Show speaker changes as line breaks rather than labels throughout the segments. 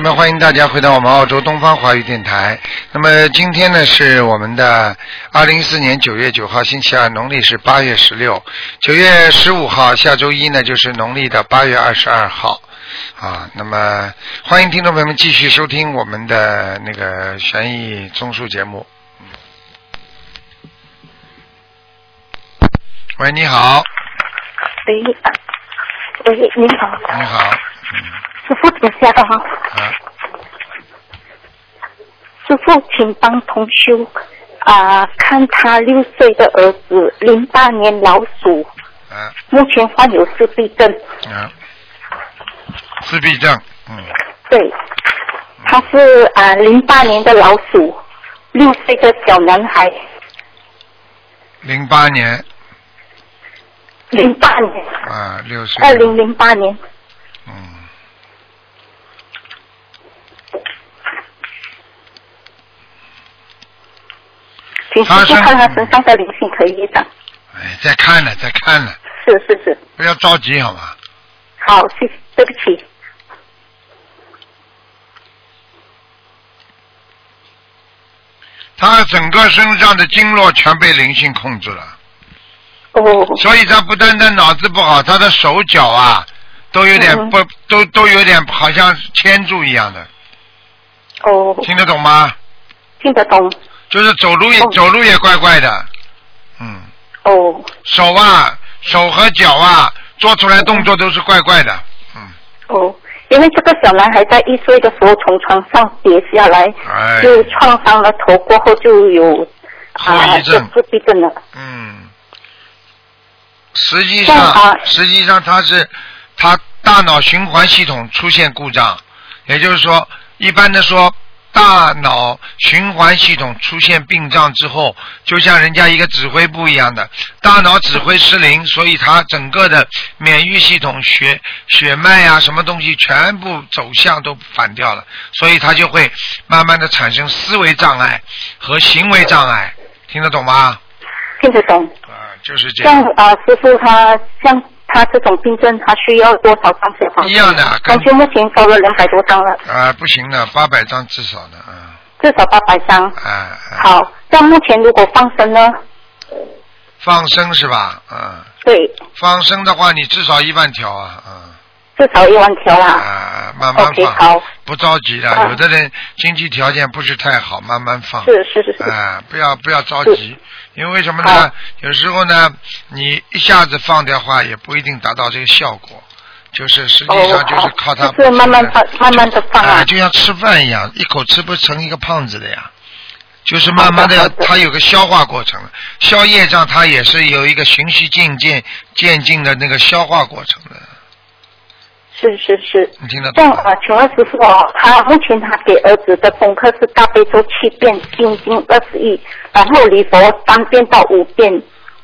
么欢迎大家回到我们澳洲东方华语电台。那么今天呢是我们的二零一四年九月九号星期二，农历是八月十六，九月十五号下周一呢就是农历的八月二十二号。啊，那么欢迎听众朋友们继续收听我们的那个悬疑综述节目。喂，你好，
喂，喂，你好，
你好，
师傅请下吧。
啊，
师傅，请帮同修啊、看他六岁的儿子，零八年老鼠，
啊，
目前患有自闭症，
啊，自闭症，嗯，
对，他是啊零八年的老鼠，六岁的小男孩，
零八年，
零八年，
啊，六岁，
二零零八年，
嗯，
请师
他嗯
傅
是
看他身上的灵性可以长，
哎，在看呢，在看呢，
是是是，
不要着急好吗？
好，谢谢，对不起，
他整个身上的经络全被灵性控制了，
哦，
所以他不单单脑子不好，他的手脚啊，都有点
嗯
不，都都有点好像牵住一样的，
哦，
听得懂吗？
听得懂，
就是走路也、
哦
走路也怪怪的，嗯，
哦，
手啊、手和脚啊，做出来动作都是怪怪的，嗯，
哦，因为这个小男孩在一岁的时候从床上跌下来，
哎，
就创伤了头，过后就有
后
啊，
遗
就
症
自闭症了。
嗯，实际
像
上
啊
实际上他是他大脑循环系统出现故障，也就是说，一般的说。大脑循环系统出现病障之后，就像人家一个指挥部一样的，大脑指挥失灵，所以他整个的免疫系统、血血脉啊，什么东西全部走向都反掉了，所以他就会慢慢的产生思维障碍和行为障碍，听得懂吗？
听得懂？
啊，就是这
像
样，
啊，师傅他像他这种病症，他需要多少张小房
一
子？
样的，跟
感觉目前烧了两百多张了，
啊不行的，八百张至少的，啊
至少八百张。
啊啊，
好，像目前如果放生呢？
放生是吧？嗯，
对，
放生的话，你至少一万条啊，嗯
至少一万条
啊
啦。
啊，慢慢
OK，
放，
好，
不着急的，
嗯
有的人经济条件不是太好，慢慢放，
是是是是，
啊，不要不要着急，因为为什么呢
好？
有时候呢，你一下子放掉的话，也不一定达到这个效果，就是实际
哦
上，就
好
是靠它，，
就是慢慢放，慢慢的放
啊、
啊。
就像吃饭一样，一口吃不成一个胖子的呀。就是慢慢的
好
要，
的好的
它有个消化过程，消业障它也是有一个循序渐进、渐进的那个消化过程的，
是是是。
你听得
这
懂
样
吗？
啊，请问师傅哦，他目前他给儿子的功课是大悲咒七遍，心经二十一，然后礼佛三遍到五遍，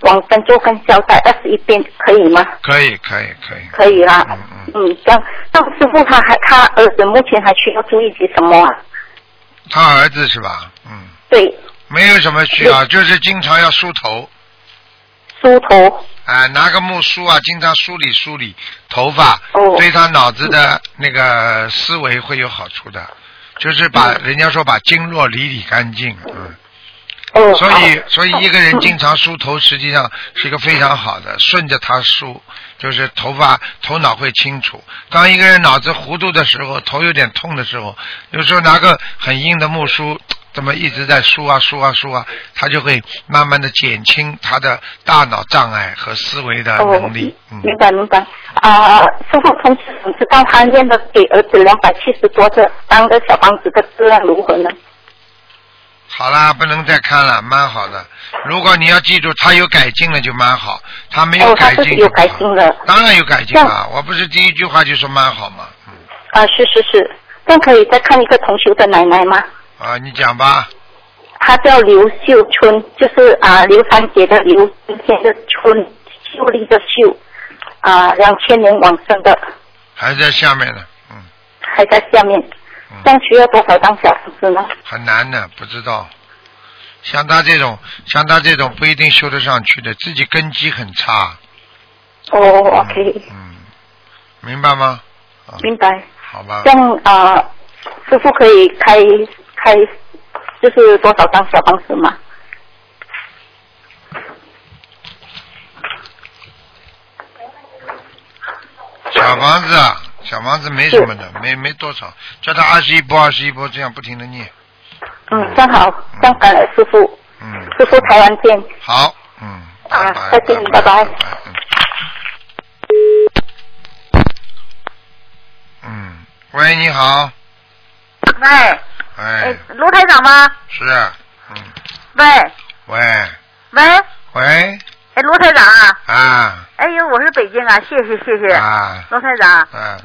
往生咒跟消灾二十一遍，可以吗？
可以，可以，可以。
可以啦。
嗯嗯，
嗯，这样，那师傅他还他儿子目前还需要注意些什么啊？
他儿子是吧？嗯，
对，
没有什么需要，就是经常要梳头，
梳头。
啊，拿个木梳啊，经常梳理梳理头发，
哦
对他脑子的那个思维会有好处的，就是把
嗯
人家说把经络理理干净，嗯，
哦，
所以
好
所以一个人经常梳头，实际上是一个非常好的，顺着他梳，就是头发头脑会清楚。当一个人脑子糊涂的时候，头有点痛的时候，有时候拿个很硬的木梳。这么一直在梳啊梳啊梳啊，他就会慢慢的减轻他的大脑障碍和思维的
哦
能力。嗯，
明白明白啊、师傅，同时想知道他念的给儿子两百七十多个当个小房子的质量如何呢？
好啦，不能再看了，蛮好的。如果你要记住，他有改进了就蛮好，他没有
哦，他
改
自
进
己
就
有
不好
改进了。
当然有改进了，我不是第一句话就说蛮好吗？嗯
啊，是是是，但可以再看一个同修的奶奶吗？
啊，你讲吧。
她叫刘秀春，就是啊刘三姐的刘，今天的春，秀丽的秀，啊两千年往生的，
还在下面呢，嗯，
还在下面
嗯。
但需要多少张小房子呢？
很难的，不知道。像他这种，像他这种不一定修得上去的，自己根基很差。
哦
嗯
，OK，
嗯，明白吗？啊，
明白。
好吧。
像啊、师傅可以开开，就是多少张小房子吗？
小房子，啊，小房子没什么的，没没多少，叫他二十一波，二十一波，这样不停的念，
嗯，正好，正感恩师傅，
嗯，
师傅台湾见。
好，嗯，
啊
拜拜
再见拜拜
拜嗯嗯，喂，你好，
喂，
哎
哎，，
呃
卢台长吗？
是啊，嗯，
喂，
喂，
喂，哎，
喂，
卢台长啊，
啊，
哎呦，我是北京啊，谢谢谢谢，
啊，
卢台长，
啊，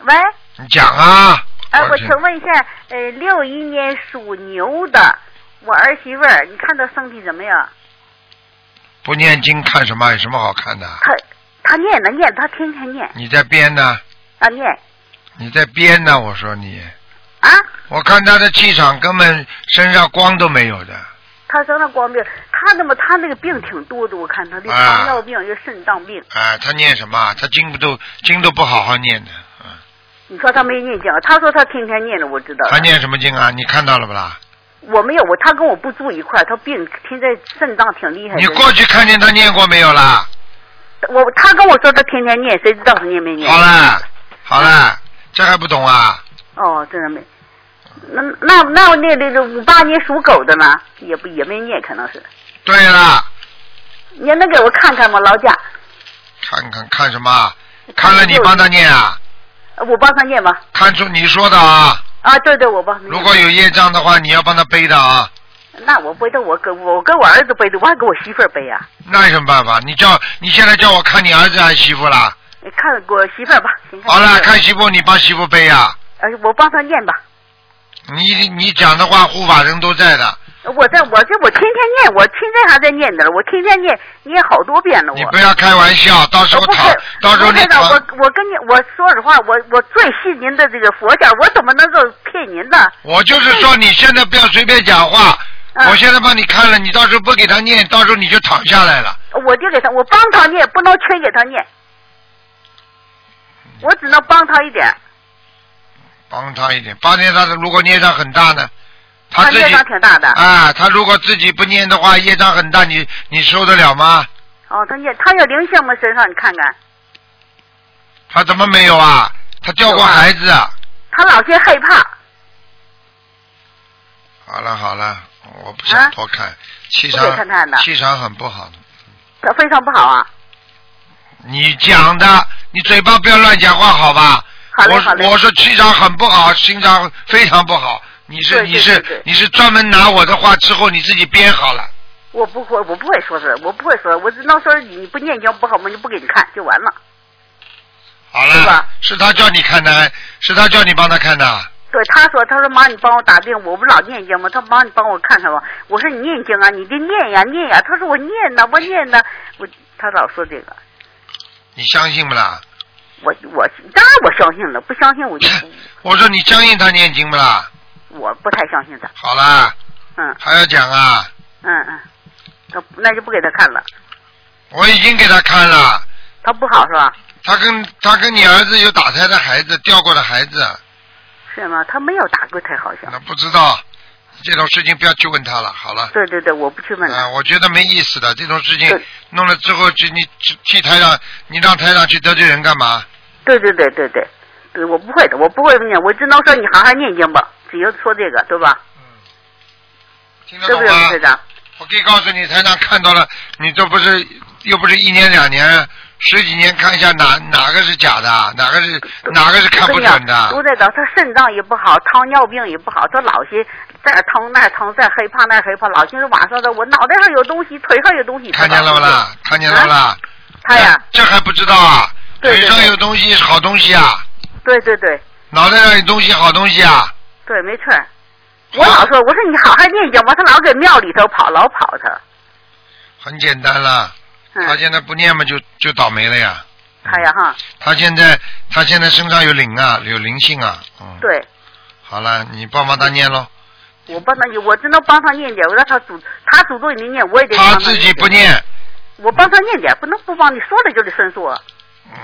喂，
你讲啊，
哎，我
听
请问一下，呃，六一年属牛的，我儿媳妇儿，你看她身体怎么样？
不念经看什么？有什么好看的？
她她念呢念，她天天念
你在编呢？
啊念
你在编呢？我说你，
啊，
我看他的气场根本身上光都没有的。
她生了光病，她那么她那个病挺多的，我看她的
啊
糖尿病、又肾脏病，
啊，他念什么啊？他经不都经都不好好念的，嗯，
你说她没念经，啊她说她天天念了，我知道了
他念什么经啊？你看到了不啦？
我没有，我他跟我不住一块儿，他病现在肾脏挺厉害的。
你过去看见他念过没有啦？
我他跟我说他天天念，谁知道他念没念？
好啦，啊好啦，这还不懂啊？
哦，真的没。那那那我那那那五八年属狗的呢，也不也没念，可能是。
对啦，
你能给我看看吗，劳驾？
看看看什么啊？看了你帮他念啊？
呃我帮他念吧。
看出你说的啊？
啊，对对，我帮他念。
如果有业障的话，你要帮他背的啊。
那我背着我跟我跟我儿子背的，我还给我媳妇儿背啊。
那有什么办法？你叫你现在叫我看你儿子还是媳妇啦？
你看我媳妇儿吧，行。
好了，
媳妇儿
看媳妇，你帮媳妇背啊。
呃，我帮他念吧。
你你讲的话，护法人都在的，
我在我这我天天念，我现在还在念呢，我天天念念好多遍了。我
你不要开玩笑，到时候
呃我不
讨
是，，
到时候
我
你
知道
讨
我我跟你我说实话，我我最信您的这个佛教，我怎么能够骗您呢？
我就是说，你现在不要随便讲话。
嗯
我现在帮你看了，你到时候不给他念，到时候你就躺下来了。
我就给他，我帮他念，不能全给他念，我只能帮他一点。
帮他一点，帮念他的，如果业障很大呢，他自
业
己
障挺大的。
啊，他如果自己不念的话，业障很大，你你受得了吗？
哦，他也他有灵性吗？身上你看看，
他怎么没有啊？他掉过孩子啊。
他老些害怕。
好了好了，我不想多看，气
啊不
场
给看看的
气场很不好的。
他非常不好啊！
你讲的，你嘴巴不要乱讲话，好吧？
好嘞
我
好嘞
我说气场很不好，心肠非常不好。你是
对对
你是
对对
你是专门拿我的话之后你自己编好了，
我不会，我不会说是，我不会说，我只能说你不念经不好嘛，我就不给你看就完了。
好
是
了
吧，
是他叫你看的，是他叫你帮他看的。
对，他说，他说妈，你帮我打病，我不老念经吗？他妈，你帮我看看吧。我说你念经啊，你就念呀念呀。他说我念呢，我念呢，我他老说这个，
你相信不啦？
我我当然我相信了，不相信 我就
我说你相信他念经不啦？
我不太相信他。
好啦，
嗯
还要讲啊？
嗯嗯，那那就不给他看了，
我已经给他看了，
他不好是吧？
他跟他跟你儿子有打胎的孩子，掉过的孩子，
是吗？他没有打过胎，好像
那。不知道这种事情不要去问他了。好了。
对对对，我不去问
啊，
了。
我觉得没意思的这种事情
对，
弄了之后就你去去台长，你让台长去得罪人干嘛？
对对对对对，对我不会的，我不会念，我只能说你好好念经吧，只有说这个对吧？
听得
对
懂
不对，
吗
卢？队长？
我可以告诉你，台长看到了，你这不是又不是一年两年，十几年看一下哪哪个是假的，哪个是哪个是看不准的。
都在找他肾脏也不好，糖尿病也不好，他老些这儿疼那儿疼，这儿害怕那儿害怕，老寻思晚上的我脑袋上有东西，腿上有东西。
看见了不啦？
啊
看见了不啦？
他呀，
这这还不知道啊？
对对
腿上
对
有东西是好东西啊，
对对对
脑袋上有东西好东西啊。
对，没错儿。我老说，我说你好好念经吧，他老给庙里头跑，老跑他。
很简单了，他
嗯，
现在不念嘛，就就倒霉了呀。
他呀哈，
他现在他现在身上有灵啊，有灵性啊。嗯，
对
好了，你帮帮他念喽。
我帮他，我只能帮他念点，我让他主，他主动你念，我也得帮
他
他
自己
念
不
点，
念，
我帮他念点，不能不帮你说了就得伸缩。
嗯，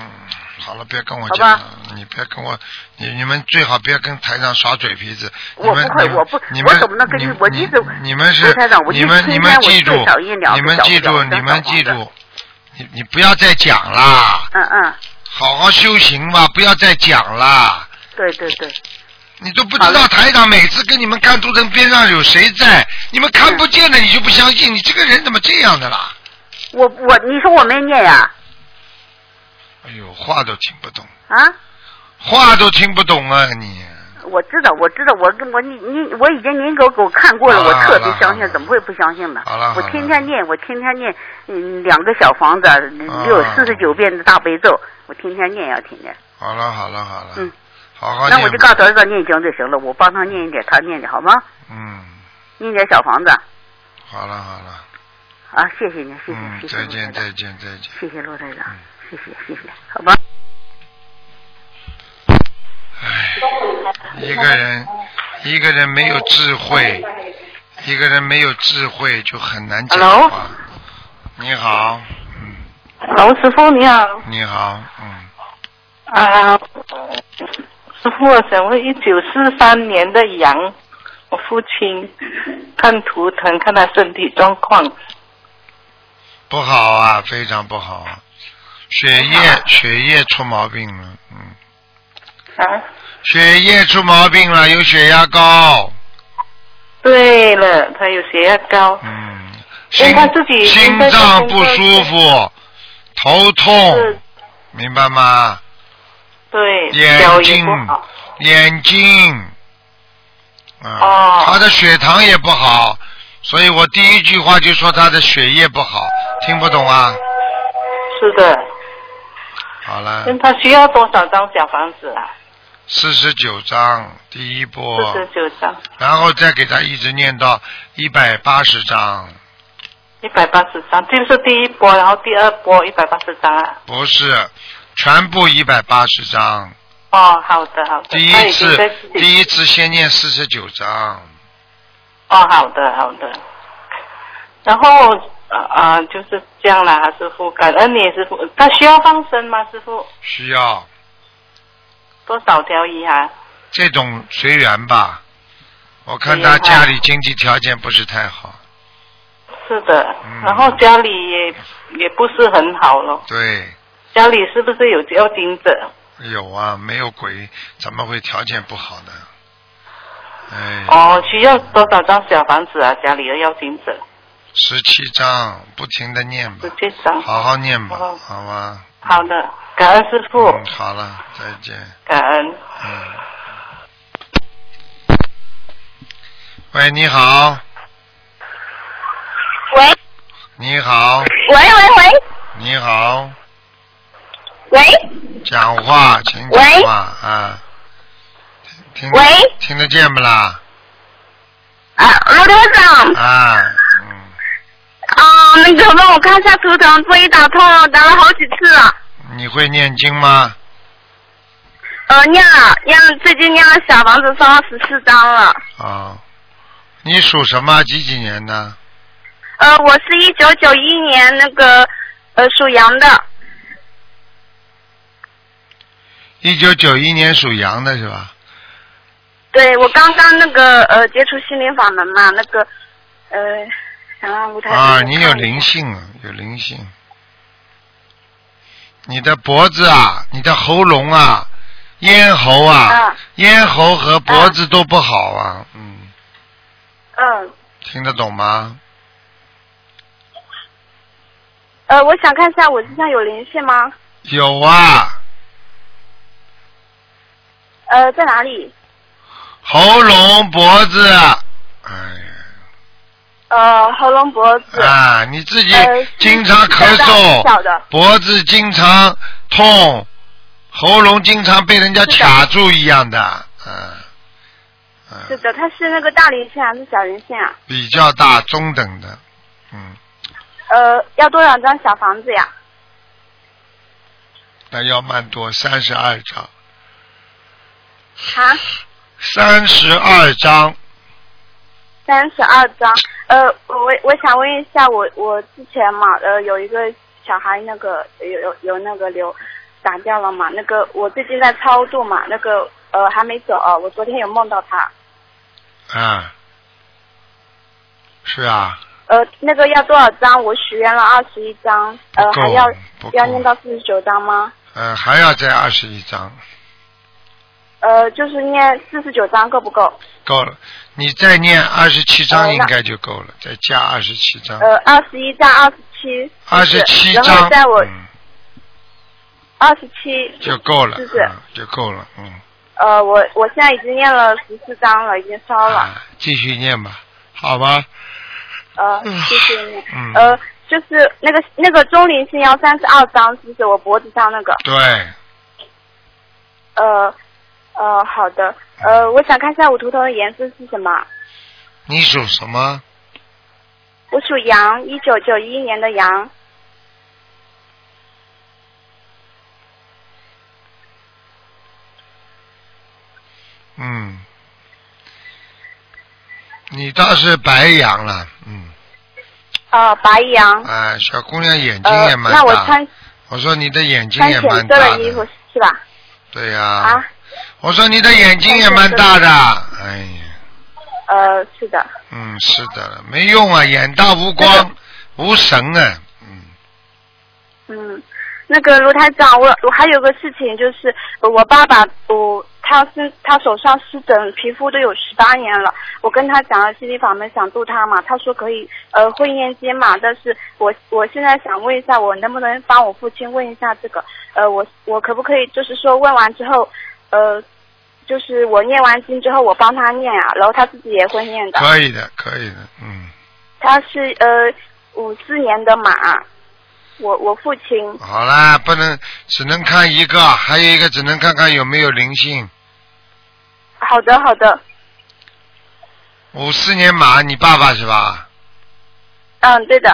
好了，别跟我
好
讲
吧
了，你别跟我，你你们最好别跟台上耍嘴皮子。你
我
们
不会
你
我不
你们
我怎么能跟
你
你我
你
一直
你们是
卢台长我
你
一
们
吹
你
烟
们
我
记
最
住
少一两，
你
个
们
小
记
时
住，
我
你
当
们
小
记
房
住，你你不要再讲啦，
嗯嗯，
好好修行吧，不要再讲啦。
对对对，
你都不知道台长每次跟你们看图腾边上有谁在，你们看不见的你就不相信，你这个人怎么这样的啦？
我我你说我没念呀、
哎呦，话都听不懂，
啊？
话都听不懂啊你！
我知道，我知道，我跟我你你我已经您给我给我看过了，
好
我
了
特别
好了
相信
好了，
怎么会不相信呢
好了？
我
好了
天天念，我天天念，嗯，两个小房子，六
啊
四十九遍的大悲咒，我天天念呀，天天。
好了好了好了，
嗯，
啊好好念吧。
那我就告诉儿子念经就行了，我帮他念一点，他念点好吗？
嗯，
念点小房子
好了好了，
啊，谢谢您，谢
嗯
谢，谢，谢
再
陆
见
台
再
长，
见再见。
谢谢陆台长
嗯，
谢谢谢谢，好吧。
唉，一个人一个人没有智慧，一个人没有智慧就很难讲话。
Hello？
你好，嗯，
老
哦
师傅你
啊
好，
你好，嗯，
啊，师傅，我想问一九四三年的羊，我父亲看图腾，看他身体状况，
不好啊，非常不好啊，血液血液出毛病了，嗯，
啊，
血液出毛病了，有血压高，
对了，他有血压高，
嗯，
因
心
为他自己
心脏不舒服，头
是
痛，明白吗？
对，
眼
脚也
睛
不好，
眼睛，啊、
哦
他的血糖也不好，所以我第一句话就说他的血液不好，听不懂啊？
是的，
好了
那，他需要多少张小房子啊？
四十九章第一波，
四十九张，
然后再给他一直念到一百八十章，
一百八十张，这是第一波，然后第二波一百八十张啊。
不是，全部一百八十章。
哦，好的好的，
第
他
一
已经
次
在自己，
第一次先念四十九章，
哦，好的好的。然后呃呃，就是这样啦，师傅，感恩你师傅。他需要放生吗？师傅
需要
多少条鱼啊？
这种随缘吧。我看
随
他
缘
家
啊
里经济条件不是太好。
是的，
嗯
然后家里也也不是很好咯，
对，
家里是不是有要经者？
有啊，没有鬼怎么会条件不好呢？哎，
哦，需要多少张小房子啊？家里的要经者
十七章，不停的念吧
十，七张。
好好念吧
哦，
好吗？
好的，感恩师傅，
嗯，好了，再见。
感恩。
嗯。喂，你好，
喂
你好，
喂喂
你好，
喂
讲话，请讲
喂
话啊。听听
喂
听得见不啦？
啊，卢队长
啊，嗯
啊，那个帮我看一下图腾，终于打通了，打了好几次了。，
你会念经吗？
呃，念了念了，最近念了小房子烧了十四张了。
啊，你属什么？几几年的？
呃，我是一九九一年那个呃属羊的，
一九九一年属羊的是吧？
对我刚刚那个呃接触心灵法门嘛，那个呃想让卢台长
啊，
给我
你
看
有
一下
灵性啊，有灵性。你的脖子啊，你的喉咙啊，咽喉啊
啊，
咽喉和脖子都不好啊，嗯，
嗯
听得懂吗？
呃，我想看一下我身上有灵性吗？
有啊，
呃，在哪里？
喉咙、脖子，哎呀，
呃，喉咙、脖子。
啊，你自己
呃是
经常咳
小
嗽
的，小的
脖子经常痛，喉咙经常被人家卡住一样的，嗯
是
嗯，
的，它是那个大灵性还是小灵性啊？
比较大中等的，嗯，
呃，要多少张小房子呀？
那要蛮多，三十二张，
啊，
三十二张，
三十二张。呃，我我想问一下，我我之前嘛，呃，有一个小孩那个有有有那个瘤，打掉了嘛。那个我最近在操作嘛，那个呃还没走、我昨天有梦到他。
啊，是啊，
呃，那个要多少张？我许愿了二十一张，呃，
不够
还要
不够
要念到四十九张吗？
呃，还要再二十一张，
呃，就是念四十九张够不够？
够了。你再念二十七张
哦
应
那
该就够了，再加二十七张，
呃，二十一张，二十七，
嗯二十七
然后
张，
在我
嗯，
二十七，
就够了，
是不是
嗯就够了，嗯。
呃，我我现在已经念了十四张了，已经烧了。
啊，继续念吧，好吧？
呃，谢谢你。
嗯
呃，就是那个那个钟灵星要三十二张，是不是我脖子上那个？
对，
呃呃，好的。呃，我想看一下我图腾的颜色是什么？
你属什么？
我属羊，一九九一年的羊。
嗯，你倒是白羊了，嗯，
呃，白羊。
啊，小姑娘眼睛
呃
也，蛮大。
那我穿
我说你的眼睛
穿
也
浅
蛮
色
大
的衣服是吧？
对呀、
啊，
我说你的眼睛也蛮大的，哎呀，
呃，是的。
嗯，是的，没用啊，眼大无光，无神啊，嗯，
嗯，那个卢台长，我我还有个事情，就是呃我爸爸，我他是他手上湿疹，皮肤都有十八年了。我跟他讲了心理法门，想度他嘛，他说可以，呃，会念经嘛。但是我我现在想问一下，我能不能帮我父亲问一下这个？呃，我我可不可以就是说问完之后，呃，就是我念完经之后，我帮他念啊，然后他自己也会念的。
可以的，可以的，嗯，
他是呃五四年的马，我我父亲。
好啦，不能只能看一个，还有一个只能看看有没有灵性。
好的，好的。
五四年马，你爸爸是吧？
嗯，对的。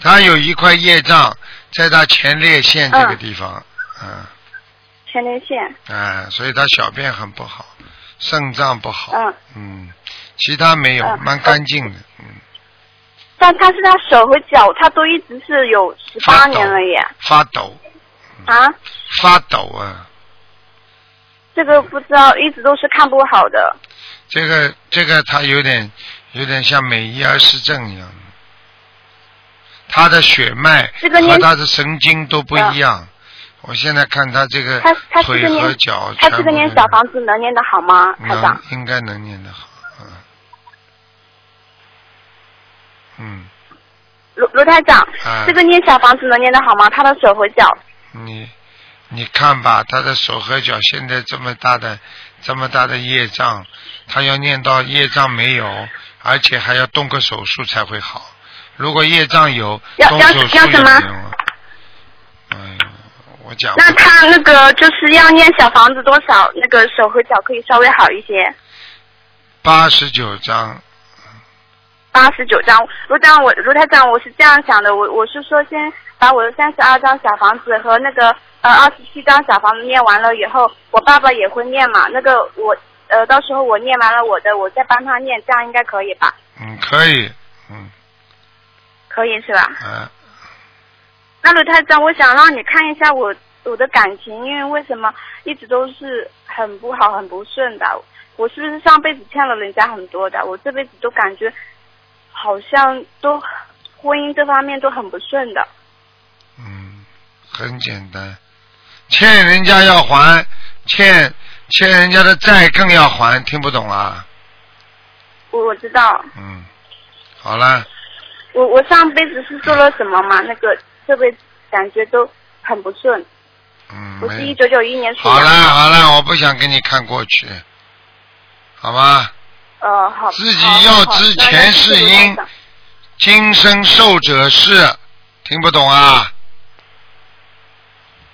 他有一块业障在他前列腺这个地方，嗯，
前列腺，
哎、所以他小便很不好，肾脏不好，
嗯
嗯，其他没有，
嗯
蛮干净的，嗯，
但他是他手和脚，他都一直是有十八
发抖
年了耶。
发抖，
啊，
发抖啊，
这个不知道，一直都是看不好的。
这个这个他有点有点像美伊尔氏症一样，他的血脉
这个
和
念
他的神经都不一样。我现在看他这个
他他这
腿
个念
和脚，
他这个念小房子能念得好吗，台
能
长？
应该能念得好，嗯，嗯，
罗罗台长，
啊
这个念小房子能念得好吗？他的手和脚，
你你看吧，他的手和脚现在这么大的这么大的业障，他要念到业障没有，而且还要动个手术才会好。如果业障有，
要
动
要
手术
要
也
什么
没用了。哎呀，我讲不
那他那个就是要念小房子多少？那个手和脚可以稍微好一些。
八十九章，
八十九张，卢长我卢台长，我是这样想的，我我是说先把我的三十二张小房子和那个呃二十七张小房子念完了以后，我爸爸也会念嘛，那个我呃到时候我念完了我的，我再帮他念，这样应该可以吧？
嗯，可以，嗯，
可以是吧？
啊，
那卢台长，我想让你看一下我我的感情，因为为什么一直都是很不好、很不顺的？我是不是上辈子欠了人家很多的？我这辈子都感觉好像都婚姻这方面都很不顺的。
嗯，很简单，欠人家要还，欠欠人家的债更要还，听不懂啊？
我我知道，
嗯，好了，
我我上辈子是做了什么嘛？那个这辈子感觉都很不顺。
嗯，
我
没
是
有
一九九一年属
好
羊
了
的。
好了，我不想跟你看过去，好吧？
呃，好。
自己
好
要
好
知
那
前
谢谢
世
卢
因
台长
今生受者是，听不懂啊？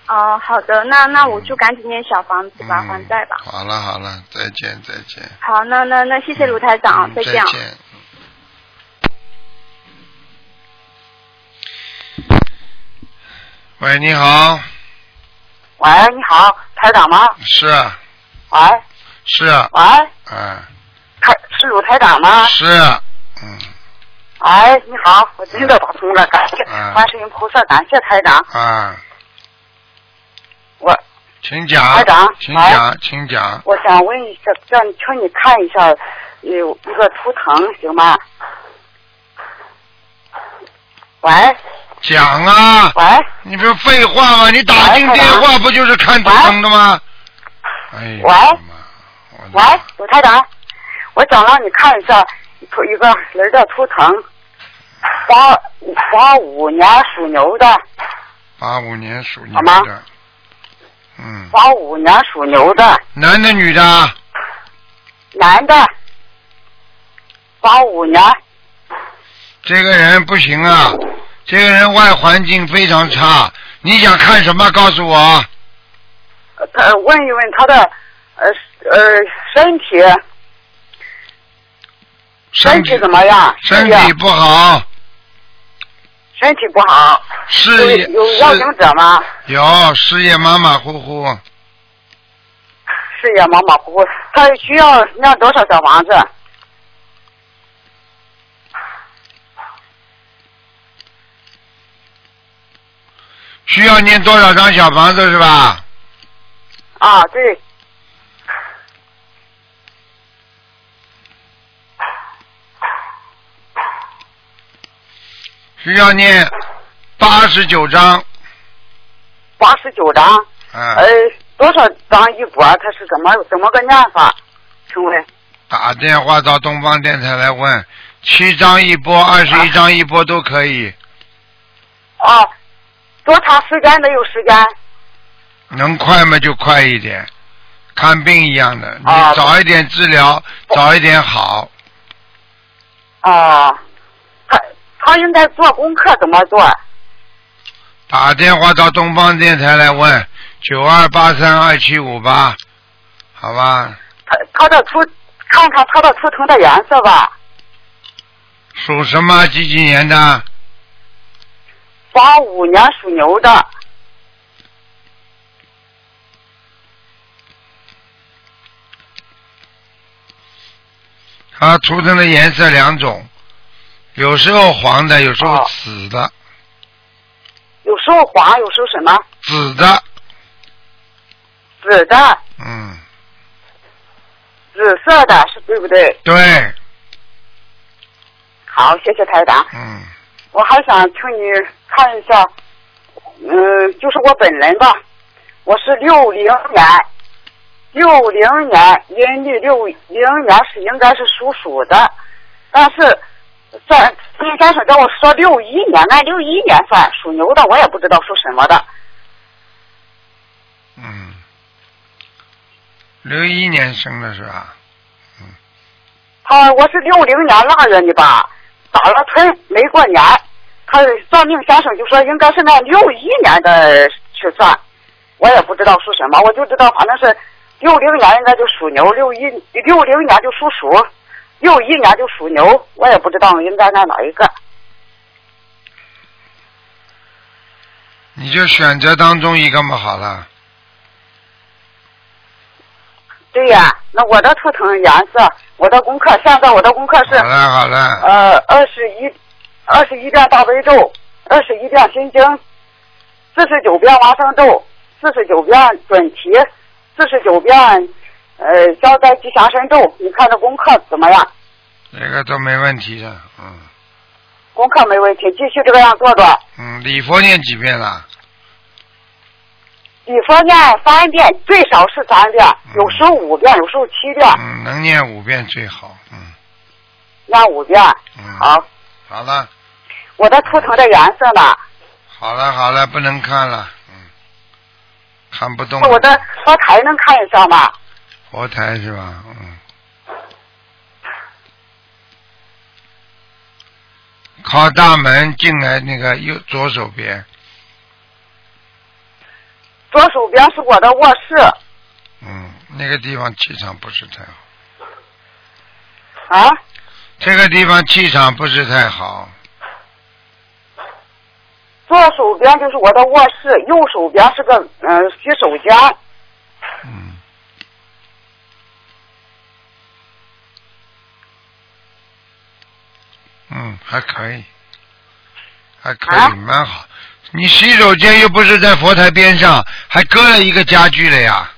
哦、好的，那那我就赶紧念小房子吧，
嗯
还债吧。
好了好了，再见再见。
好，那那那谢谢卢台长，啊
嗯，
再
再
见啊。
见。喂，你好，
喂，你好，台长吗？
是啊
喂
是啊，
喂，
啊
台是鲁台长吗？
是啊，嗯，
哎，你好，我真的打通了，感谢
嗯
观世音菩萨，感谢台长。
啊，
我
请讲。
台长
请讲，请讲。
我想问一下，叫你请你看一下，有一个图腾行吗？喂
讲啊！
喂，
你不是废话吗？你打进电话不就是看图腾的吗？哎呀，
喂
我的妈我的
喂，鲁台长，我想让你看一下图一个人的图腾，八八五年属牛的，
八五年属牛
好吗
的，嗯，
八五年属牛的
男的女的啊？
男的，八五年
这个人不行啊，这个人外环境非常差。你想看什么？告诉我。
呃他问一问他的呃呃身体
身体
体怎么样？
身
对呀
体不好，
身体不好，有
事业
有邀请
事
者吗？
有事业马马虎虎，
事业马马虎虎，他需要那多少小房子？
需要念多少张小房子是吧？
啊，对，
需要念八十九张，
八十九张，呃
嗯，，
多少张一搏？他是怎么怎么个念法？请问
打电话到东方电台来问，七张一波，二十一张一波都可以，
啊，多长时间没有时间？
能快嘛就快一点，看病一样的，你
啊
早一点治疗，早一点好。
啊，他他应该做功课怎么做？
打电话到东方电台来问，九二八三二七五八，好吧？
他他的出看看他的出腾的颜色吧。
属什么？几几年的？
八五年属牛的，
它图腾的颜色两种，有时候黄的，有时
啊
候紫的。
有时候黄，有时候什么
紫的，
紫的、
嗯，
紫色的，是对不对？
对，
好，谢谢台长。
嗯，
我还想请你看一下，嗯，就是我本人吧，我是六零年，六零年阴历六零年是应该是属鼠的，但是算金先生跟我说六一年，按六一年算属牛的，我也不知道属什么的。
嗯，六一年生的是吧？
他我是六零年腊月的吧，打了春没过年，他算命先生就说应该是那六一年的去算，我也不知道属什么，我就知道反正是六零年应该就属牛，六一六零年就属鼠，六一年就属牛，我也不知道应该按哪一个。
你就选择当中一个嘛，好了。
对呀、那我的图腾颜色，我的功课，现在我的功课是
好了好了，
呃，二十一，二十一遍大悲咒，二十一遍心经，四十九遍往生咒，四十九遍准提，四十九遍呃消灾吉祥神咒。你看这功课怎么样？
这个都没问题的，嗯
功课没问题，继续这个样做做。
嗯，礼佛念几遍了？
你说念三遍，最少是三遍，有时候五遍，有时候七遍，
嗯，能念五遍最好，嗯
念五遍。
嗯，
好，
好了
我的图腾的颜色呢？
好了好了，不能看了，嗯，看不动了。
我的佛台能看一下吗？
佛台是吧？嗯。靠大门进来那个右左手边，
左手边是我的卧室
嗯，那个地方气场不是太好，
啊。
这个地方气场不是太好，
左手边就是我的卧室，右手边是个嗯、呃、洗手间。
嗯。嗯，嗯，还可以，还可
啊
以，蛮好。你洗手间又不是在佛台边上，还搁了一个家具了呀？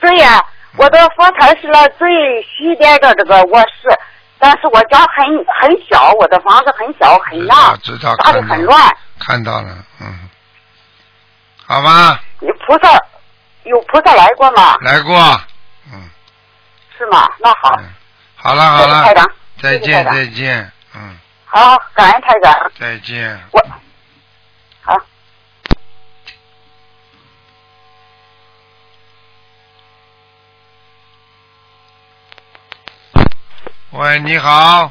对呀、我的佛台是在最西边的这个卧室，但是我家很很小，我的房子很小很
啊
烂，，
知道，看
打得
到
很
了
乱。
看到了，嗯，好吧，
有菩萨有菩萨来过吗？
来过，嗯，
是吗？那好，
嗯好了好
谢谢台
了，
长，
再
谢谢台
见
长
再见，嗯，
好，感恩台长，
再见。
我好。
喂，你好，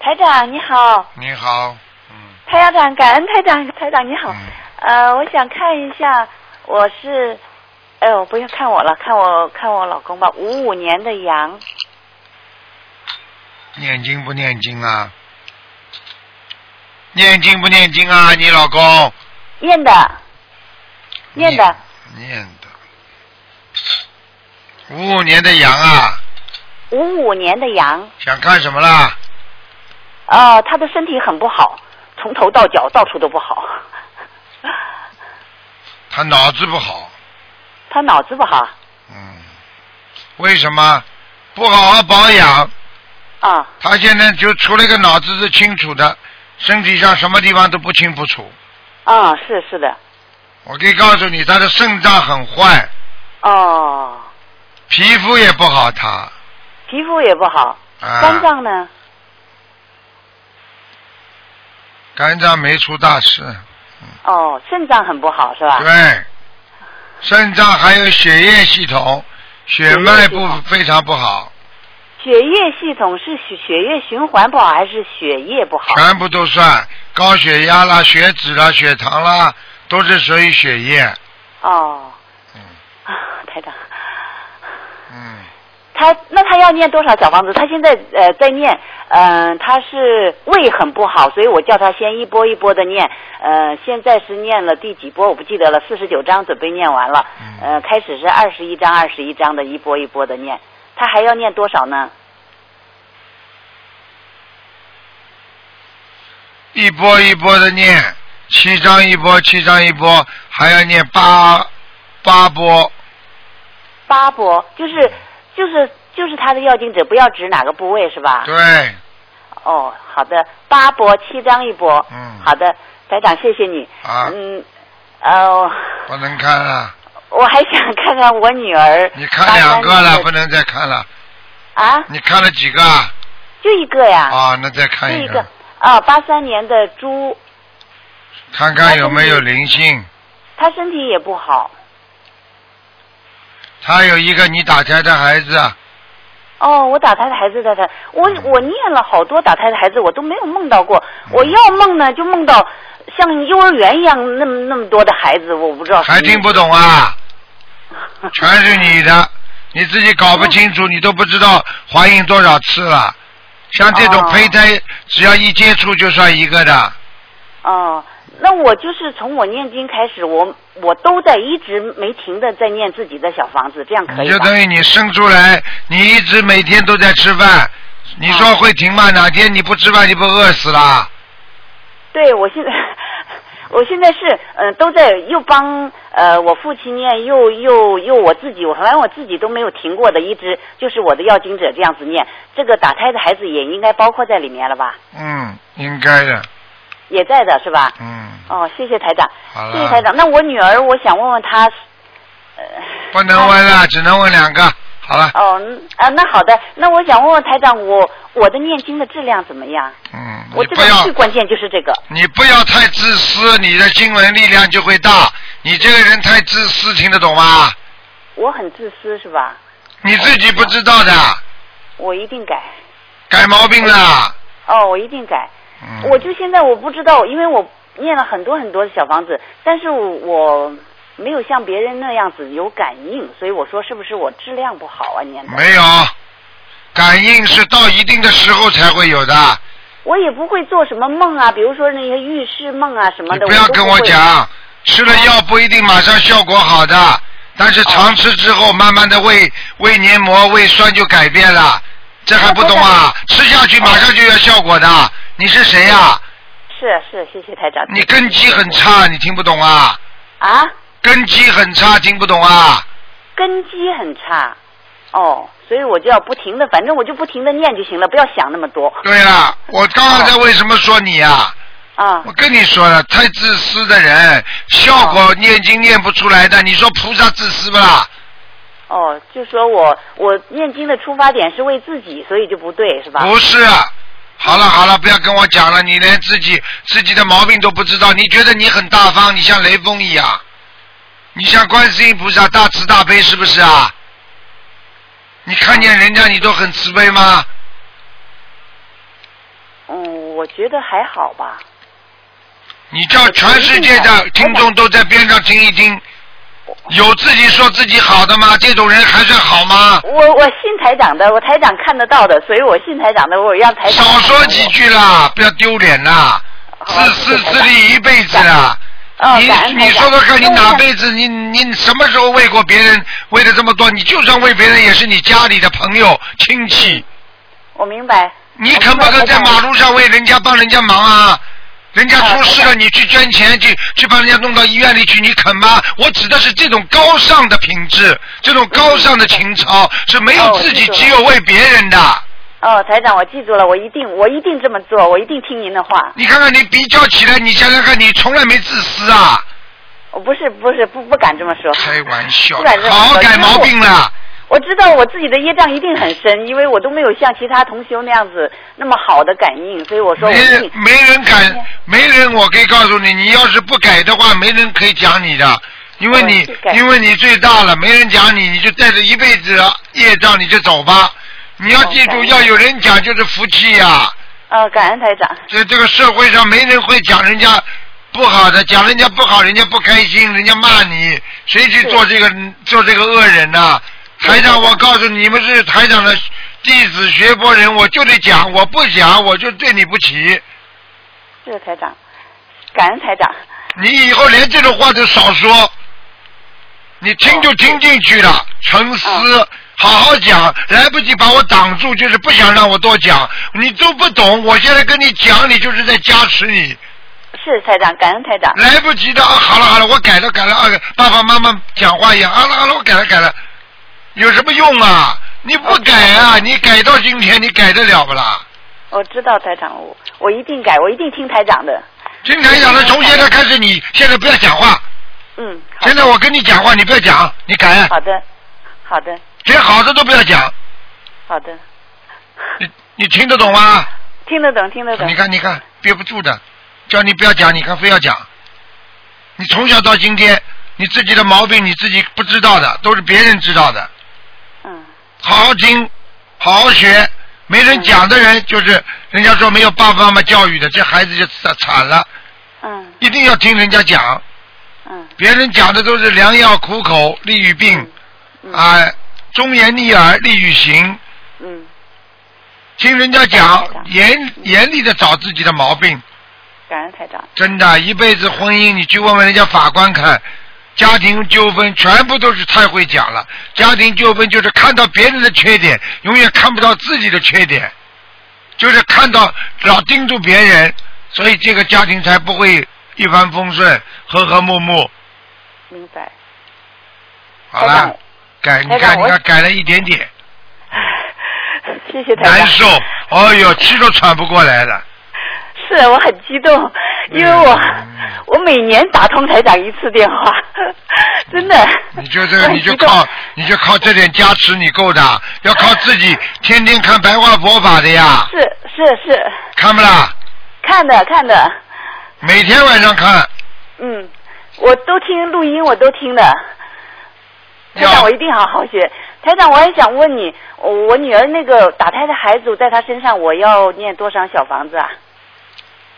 台长你好，
你好，嗯，
台长感恩台长，台长你好，
嗯
呃，我想看一下，我是，哎呦，不要看我了，看我看我老公吧，五五年的羊，
念经不念经啊？念经不念经啊？你老公
念的，念的，
念的，五五年的羊啊，
五五年的羊，
想看什么啦？
哦，他的身体很不好，从头到脚到处都不好，
他脑子不好，
他脑子不好
嗯，为什么？不好好保养，
啊，
他现在就除了一个脑子是清楚的，身体上什么地方都不清不楚。
啊、是是的，
我可以告诉你，他的肾脏很坏，
哦，
皮肤也不好，他
皮肤也不好，
啊，
肝脏呢，
肝脏没出大事，
哦，肾脏很不好是吧？
对，肾脏还有血液系统，血脉
血液系
不
统
非常不好，
血液系统是血血液循环不好还是血液不好？
全部都算高血压啦、血脂啦、血糖啦，都是属于血液。
哦，
嗯
啊，台长，
嗯，
他那他要念多少小房子？他现在呃在念，嗯、他是胃很不好，所以我叫他先一波一波的念，呃，现在是念了第几波我不记得了，四十九章准备念完了，
嗯
呃，开始是二十一章二十一章的一波一波的念，他还要念多少呢？
一波一波的念，七张一波，七张一波，还要念八八波。
八波，就是就是就是他的要经者，不要指哪个部位是吧？
对，
哦，好的，八波七张一波。
嗯
好的，台长，谢谢你。
啊
嗯，呃，
不能看了，
我还想看看我女儿。
你看两个
83
了，
年
不能再看了。
啊，
你看了几个啊？
就一个呀，
啊，那再
就
看一
一个
个，。
啊，八三年的猪，
看看有没有灵性。
她身体也不好。
他有一个你打胎的孩子啊。
哦，我打胎的孩子在他，我
嗯
我念了好多打胎的孩子，我都没有梦到过。我要梦呢，就梦到像幼儿园一样那么那么多的孩子，我不知道是
还
因为
听不懂啊？ 全是你的，你自己搞不清楚，你都不知道怀孕多少次了。像这种
哦
胚胎，只要一接触就算一个的，
哦，那我就是从我念经开始，我我都在一直没停的在念自己的小房子，这样可
你
以
就
吧？
等于你生出来，你一直每天都在吃饭。你说会停吗？哪天你不吃饭，你不饿死啦？
对，我现在 我现在是嗯、呃都在又帮呃我父亲念，又又又我自己，我反正我自己都没有停过的，一直就是我的要经者这样子念。这个打胎的孩子也应该包括在里面了吧？
嗯，应该的。
也在的是吧？
嗯，
哦，谢谢台长，
好
谢谢台
了，啊
长。那我女儿，我想问问她，呃，
不能问了，只能问两个。好了，
哦，嗯啊，那好的，那我想问问台长，我我的念经的质量怎么样？
嗯，
我
你
这
不
个
要
最关键就是这个。
你不要太自私，你的经文力量就会大。你这个人太自私，听得懂吗？
我很自私是吧？
你自己不知道的，
我一定改。
改毛病了。
哦，我一定改。
嗯、
我就现在我不知道，因为我念了很多很多的小房子，但是我没有像别人那样子有感应，所以我说是不是我质量不好啊？念的
没有，感应是到一定的时候才会有的。
我也不会做什么梦啊，比如说那些预示梦啊什么
你
的。
不要
都
跟
不
我
会。
讲，吃了药不一定马上效果好
哦
的，但是常吃之后，慢慢的胃胃黏膜、胃酸就改变了，这还不懂啊？吃下去马上就要效果的。你是谁呀、
是是，谢谢台长。
你根基很差，你听不懂啊？
啊，
根基很差，听不懂啊？
根基很差，哦，所以我就要不停的，反正我就不停的念就行了，不要想那么多
对了，我刚刚
哦
在为什么说你呀、
啊
我。跟你说了，太自私的人，
哦
效果念经念不出来的。你说菩萨自私不啦？
哦，就说我我念经的出发点是为自己，所以就不对是吧？
不是。啊好了好了，不要跟我讲了，你连自己自己的毛病都不知道，你觉得你很大方，你像雷锋一样，你像观世音菩萨大慈大悲，是不是啊？你看见人家你都很慈悲吗？
嗯，我觉得还好吧。
你叫全世界的听众都在边上听一听，有自己说自己好的吗？这种人还算好吗？
我我信台长的，我台长看得到的，所以我信台长的，我让台
少
长。
说几句
哦
啦，不要丢脸啦，
好
自私自利一辈子啦。
哦，
你
感恩
你
台长
说说看，你
那我
哪
想
辈子你你什么时候为过别人？为了这么多，你就算为别人，也是你家里的朋友亲
嗯
戚。
我明白。
你肯不肯在马路上为人家帮人家忙啊？人家出
哦
事了，你去捐钱去去帮人家弄到医院里去，你肯吗？我指的是这种高尚的品质，这种高尚的情操是没有
哦
自己
记，住了
只有为别人的。
哦，台长，我记住了，我一定我一定这么做，我一定听您的话。
你看看你比较起来，你想想看，你从来没自私啊！
我哦不是不是不不敢这么说，
开玩笑
不敢，这么说
好好改毛病了。
我知道我自己的业障一定很深，因为我都没有像其他同修那样子那么好的感应，所以我说我
没
一
人
定
没人敢，没人，我可以告诉你，你要是不改的话，没人可以讲你的，因为你
我去改
因为你最大了，没人讲你，你就带着一辈子的业障你就走吧。你要记住，
哦
要有人讲就是福气呀、
呃感恩台长，
这这个社会上没人会讲人家不好的，讲人家不好，人家不开心，人家骂你，谁去做这个做这个恶人呐、台长，我告诉你你们是台长的弟子学佛人，我就得讲，我不讲我就对你不起。
是台长，感恩台长，
你以后连这种话都少说，你听就听进去了，
哦
沉
嗯
思，好好讲，来不及把我挡住，就是不想让我多讲，你都不懂，我现在跟你讲，你就是在加持你，
是台长，感恩台长，
来不及的啊！好了好了，我改了改了啊！爸爸妈妈讲话也啊好了好了，我改了改了，有什么用啊？你不改啊？你改到今天，你改得了不啦？
我知道台长，我我一定改，我一定听台长的，
今天讲的，从现在开始你，现在不要讲话，
嗯，好
现在
的，
我跟你讲话，你不要讲，你改，
好的，好的，
连好的都不要讲。
好的，
你你听得懂吗？
听得懂，听得懂
啊你，看你看，憋不住的，叫你不要讲，你看非要讲。你从小到今天，你自己的毛病你自己不知道的，都是别人知道的。
嗯，
好好听，好好学。没人讲的人，就是人家说没有爸爸妈妈教育的，这孩子就惨惨了。
嗯，
一定要听人家讲，
嗯，
别人讲的都是良药苦口利于病，
嗯
啊、忠言逆耳利于行。
嗯，
听人家讲
对的，
严严厉的找自己的毛病，
感恩台长，
真的，一辈子婚姻，你去问问人家法官看，家庭纠纷全部都是太会讲了。家庭纠纷就是看到别人的缺点，永远看不到自己的缺点，就是看到老盯住别人，所以这个家庭才不会一帆风顺、和和睦睦。
明白。
好
台
了
长，
改你
台长
看，你
我
看改了一点点，
谢谢台长。
难受，哎呦，气都喘不过来了。
是我很激动，因为我、
嗯
我每年打通台长一次电话， 真的。
你就这
我
个，
很
你就
激动
靠，你就靠这点加持，你够的。要靠自己，天天看白话佛法的呀，
是是是，
看不啦？
看的看的，
每天晚上看，
嗯，我都听录音，我都听的。台
要
长，我一定好好学。台长，我还想问你，我我女儿那个打胎的孩子在她身上，我要念多少小房子啊？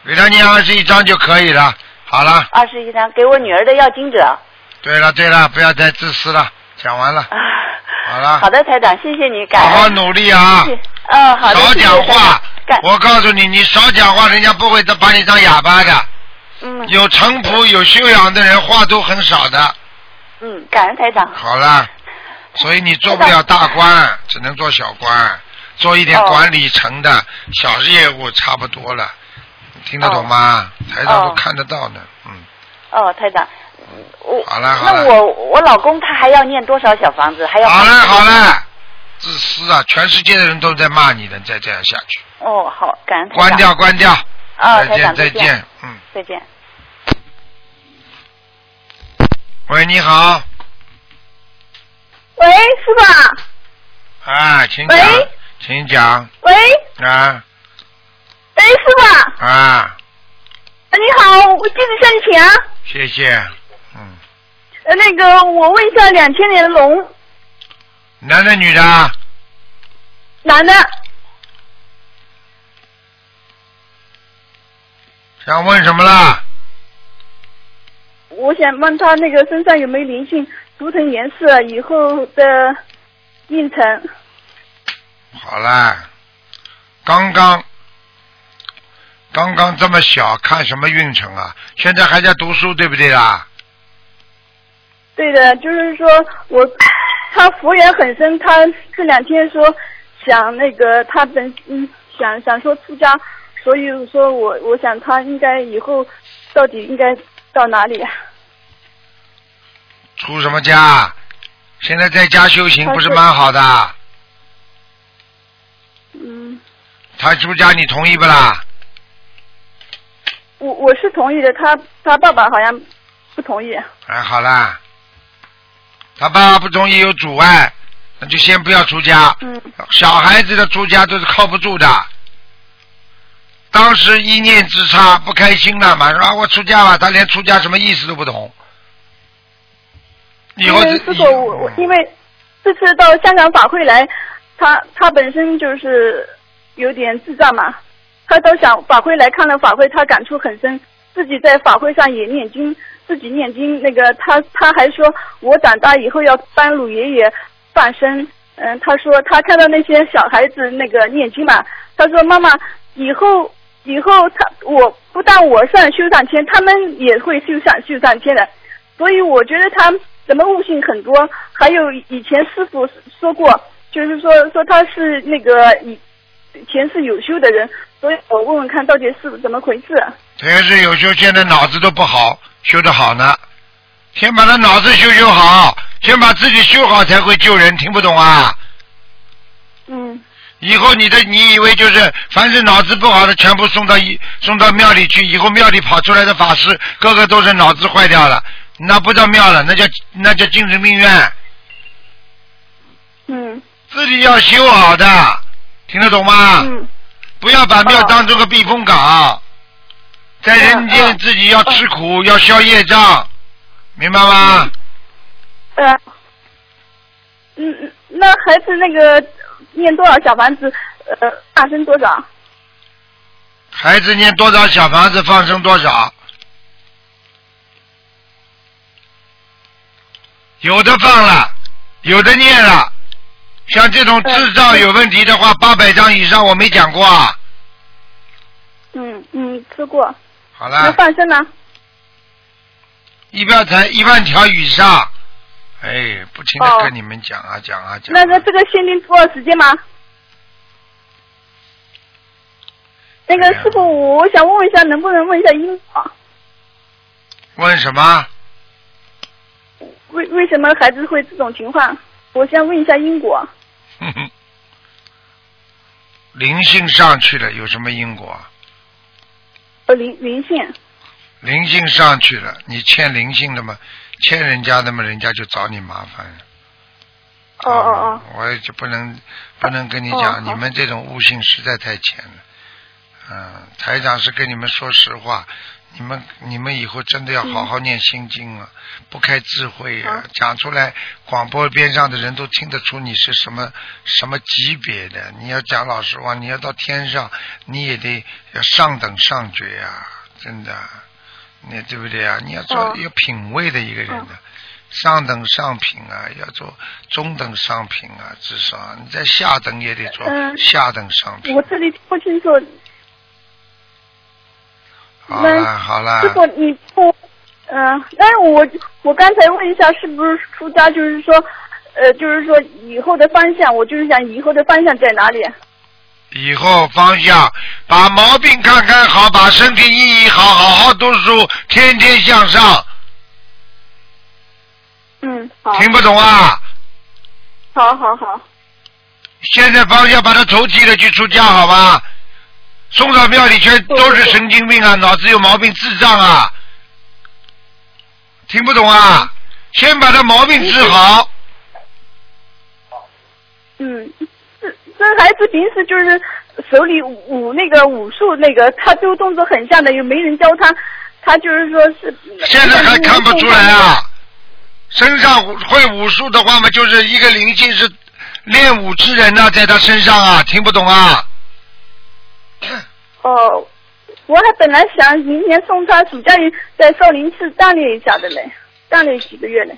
给他念二十一章就可以了。好了，
二十一张，给我女儿的要经者。
对了对了，不要再自私了，讲完了，
啊，
好了
好的，台长，谢谢你，感
好
恩。
好努力啊
谢，谢嗯，好的，
少
谢谢
讲话
台长。感，
我告诉你，你少讲话，人家不会把你当哑巴的。
嗯
有城府、有修养的人话都很少的。
嗯，感恩台长。
好了，所以你做不了大官，只能做小官。做一点
哦
管理层的小业务差不多了，听得懂吗？台上都
哦
看得到呢，嗯，
哦，台长，我
好了好
哦那
了，
我我老公他还要念多少小房子？还要
好了好了，自私啊！全世界的人都在骂你呢，再这样下去，
哦，好，感恩台长
关掉关掉，
哦，
再
台
见
长
再
再
见，嗯，
再见。
喂，你好，
喂，师傅，
啊，请讲
喂，
请讲
喂，
啊
喂，哎师傅，
啊，
你好，我弟子向你请安。
谢谢，嗯，
呃，那个我问一下，两千年的龙
男的女的啊？
男的，
想问什么啦？
我想问他那个身上有没有灵性，图腾颜色，以后的运程。
好啦，刚刚刚刚这么小，看什么运程啊？现在还在读书，对不对啦？
对的，就是说我他佛缘很深，他这两天说想那个他本嗯想想说出家，所以说我我想他应该以后到底应该到哪里啊？
出什么家？现在在家修行
他是
不是蛮好的？
嗯，
他出家你同意不啦？
我我是同意的，他他爸爸好像不同意。
哎，好啦，他爸爸不同意有阻碍，那就先不要出家。
嗯
小孩子的出家都是靠不住的。当时一念之差，不开心了嘛，说啊我出家吧，他连出家什么意思都不懂。以
因
后嗯
为
这
师傅，我我因为这次到香港法会来，他他本身就是有点智障嘛，他到想法会来看了法会，他感触很深，自己在法会上也念经，自己念经，那个他他还说，我长大以后要帮鲁爷爷放生。嗯，他说他看到那些小孩子那个念经嘛，他说妈妈以后以后他我不但我上修上天，他们也会修上修上天的。所以我觉得他怎么悟性很多，还有以前师傅说过，就是说说他是那个以前世有修的人，所以我问问看到底是怎么回事。
这是有时候现在脑子都不好，修得好呢。先把他脑子修修好，先把自己修好才会救人，听不懂啊？
嗯，
以后你的你以为就是凡是脑子不好的全部送到一送到庙里去，以后庙里跑出来的法师个个都是脑子坏掉了，那不叫庙了，那叫那叫精神病院。
嗯
自己要修好的，听得懂吗？
嗯
不要把庙当做个避风港，在人
嗯
间
嗯
自己要吃苦，要消业障，明白
嗯
吗？
呃，嗯嗯，那孩子那个念多少小房子，呃，大声多少？
孩子念多少小房子，放生多少。有的放了，有的念了。像这种智障有问题的话，八百张以上我没讲过啊。
嗯嗯，吃过。
好
那
了，
放生呢？
一般才一万条以上。哎，不停的跟你们讲啊讲啊讲啊。
哦那那这个限定多少时间吗？那个师傅，我想问一下，能不能问一下因果？
问什么？
为为什么孩子会这种情况？我先问一下因果。
哼哼， 灵性上去了有什么因果？
呃，灵灵性，
灵性上去了，你欠灵性的嘛，欠人家的嘛，人家就找你麻烦了。
啊
哦哦哦，
我也就不能不能跟你讲，
哦好
你们这种悟性实在太浅了。嗯，台长是跟你们说实话，你们你们以后真的要好
嗯
好念心经啊，不开智慧啊，讲出来广播边上的人都听得出你是什么什么级别的。你要讲老实话，你要到天上，你也得要上等上觉啊，真的，你对不对啊？你要做
哦
有品位的一个人的、上等上品啊，要做中等上品啊，至少你在下等也得做
嗯
下等上品
我。这里听不清楚。
好
那
啦好啦
师，傅，你不，嗯、但是我我刚才问一下，是不是出家就是说，呃，就是说以后的方向，我就是想以后的方向在哪里？
以后方向，把毛病看看好，把身体医一好，好好读书，天天向上。
嗯，好，
听不懂啊？
好好好，
现在方向把他头剃了去出家，好吧？送到庙里去都是神经病啊，脑子有毛病，智障啊！听不懂啊？先把他毛病治好，
嗯，这这孩子平时就是手里舞那个武术那个，他就动作很像的，又没人教他，他就是说是
现在还看不出来啊！身上会武术的话嘛，就是一个灵性是练武之人呐、在他身上啊，听不懂啊？
哦，我还本来想明年送他暑假里在少林寺锻炼一下的嘞，锻炼几个月嘞。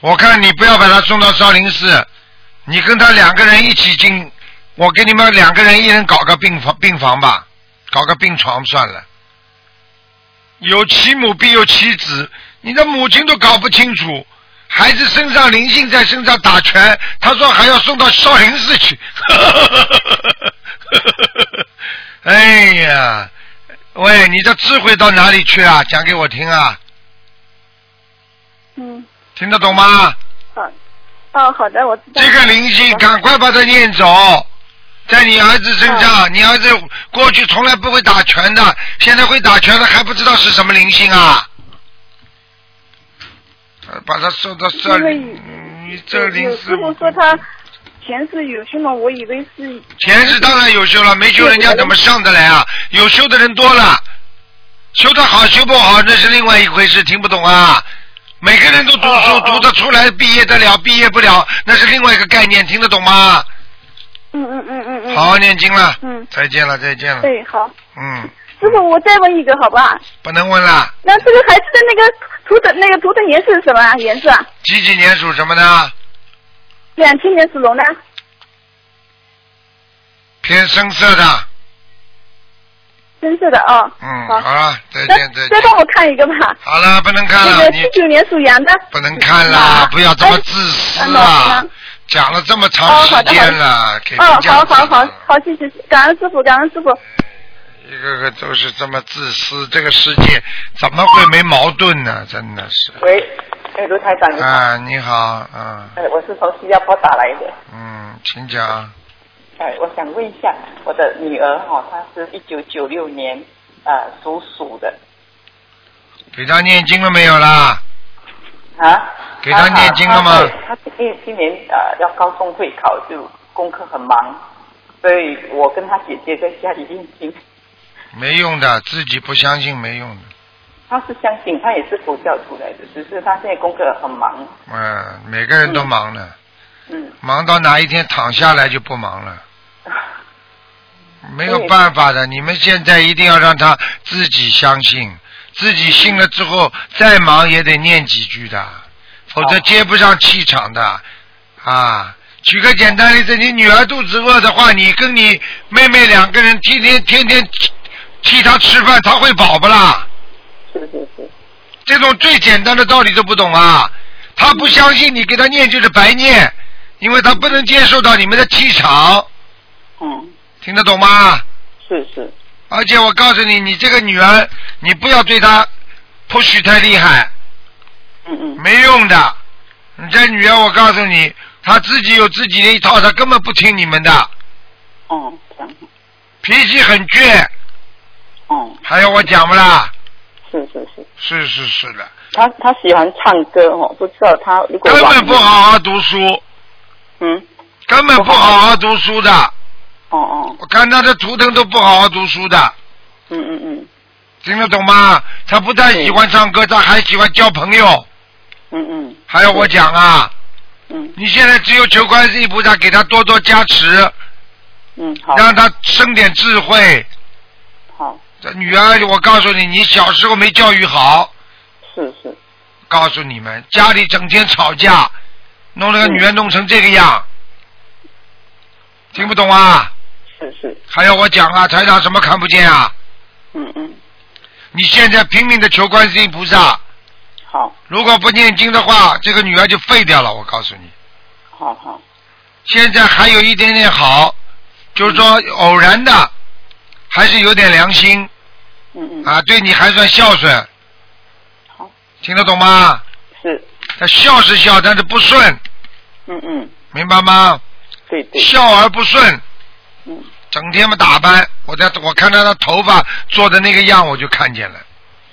我看你不要把他送到少林寺，你跟他两个人一起进，我给你们两个人一人搞个病房病房吧，搞个病床算了。有其母必有其子，你的母亲都搞不清楚，孩子身上灵性在身上打拳，他说还要送到少林寺去。 哎呀，喂，你的智慧到哪里去啊？讲给我听啊，
嗯，
听得懂吗？
好，哦，好的，我知道。
这个灵
哦
性，赶快把它念走。在你儿子身
哦
上，你儿子过去从来不会打拳的，现在会打拳了，还不知道是什么灵性啊！呃把他送到这里，
因为
嗯你这
有
灵
有
是
师傅说他前世有修嘛，我以为是
前世当然有修了，没修人家怎么上得来啊？有修的人多了，修得好修不好那是另外一回事，听不懂啊？每个人都读
哦
书，读得出来，毕业得了，毕业不了那是另外一个概念，听得懂吗？
嗯嗯嗯嗯嗯。
好好念经了，
嗯
再见了，再见了，
对，好，
嗯，
师傅，我再问一个好吧？
不能问了。
那这个孩子的那个图腾那个图腾颜色是什么啊？颜色？啊？
几几年属什么呢？
两千年属龙的，
偏深色的，
深色的哦。
嗯，
好
好了，再
那
见再
再
见，
帮我看一个吧，
好了，不能看
那
了，
个
你
七九年属羊的。
不能看了
啊，
不要这么自私
啊
啊
那！
讲了这么长
哦
时
好的
间了，给
哦
人，家
好好好好，谢谢，感恩师傅，感恩师傅。
一个个都是这么自私，这个世界怎么会没矛盾呢？真的是
喂，哎，卢台长你好，
啊！你好，啊，
哎，我是从新加坡打来的，
嗯，请讲，
哎，我想问一下，我的女儿哈、她是一九九六年啊、属鼠的
给他念经了没有啦？
啊，
给她念经了吗
她她她因为今年啊、要高中会考，就功课很忙，所以我跟她姐姐在家里念经，
没用的，自己不相信没用的，
她是相信，她也是佛教出来的，只是她现在功课很忙，
嗯，每个人都忙的，
嗯，
忙到哪一天躺下来就不忙了。没有办法的，你们现在一定要让他自己相信，自己信了之后，再忙也得念几句的，否则接不上气场的。啊，举个简单例子，你女儿肚子饿的话，你跟你妹妹两个人天天天天替替她吃饭，她会饱不啦？
是是是，
这种最简单的道理都不懂啊！她不相信你给她念就是白念，因为她不能接受到你们的气场，
嗯，
听得懂吗？
是是，
而且我告诉你，你这个女儿，你不要对她 push 太厉害，
嗯嗯，
没用的。你这女儿，我告诉你，她自己有自己的一套，她根本不听你们的，
哦，这样，
脾气很倔。
哦，
还要我讲不啦？
是是是。
是是是的，
他他喜欢唱歌哦，不知道他如果
根
晚
本不好好读书，
嗯，
根本不好好读书的。
哦哦，
我看她的图腾都不好好读书的，
嗯嗯嗯
听得懂吗？她不但喜欢唱歌，她还喜欢交朋友。
嗯嗯
还要我讲啊？
嗯
你现在只有求观世音菩萨给她多多加持。
嗯，好
让他生点智慧。
好
这女儿，我告诉你，你小时候没教育好，
是是，
告诉你们，家里整天吵架，弄那个女儿弄成这个样，听不懂啊？
嗯是是，
还要我讲啊？台长什么看不见啊？
嗯嗯
你现在拼命的求观世音菩萨，
好
如果不念经的话，这个女儿就废掉了。我告诉你，
好好
现在还有一点点好，就是说偶然的，还是有点良心
嗯嗯，
啊，对你还算孝顺。
好。
听得懂吗？
是，
他孝是孝，但是不顺，
嗯嗯，
明白吗？
对对，
孝而不顺，
嗯，
整天嘛打扮，我在我看到他头发做的那个样，我就看见了。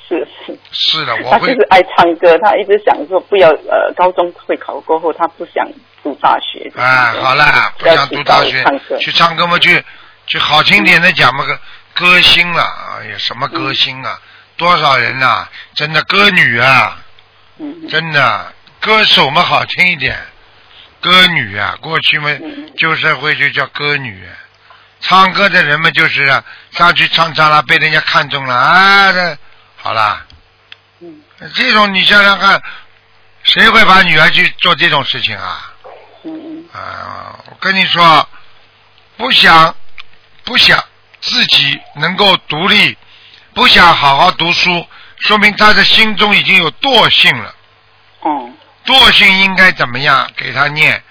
是是。
是的，我
他就
会
是爱唱歌，他一直想说不要呃，高中会考过后他不想读大学。
哎，好了，不
要
想
去
读大
搞
学
唱歌，
去唱歌嘛，去去好听点的讲嘛个歌星了，哎呀，什么歌星啊，多少人呐、真的歌女啊，
嗯嗯
真的歌手嘛好听一点，歌女啊，过去嘛
嗯
旧社会就叫歌女，啊唱歌的人们就是啊上去唱唱了，被人家看中了啊，这好啦，
嗯
这种你想想看，谁会把女儿去做这种事情啊？
嗯
啊，我跟你说，不想不想自己能够独立，不想好好读书，说明他的心中已经有惰性了。
嗯，哦，
惰性应该怎么样？给他念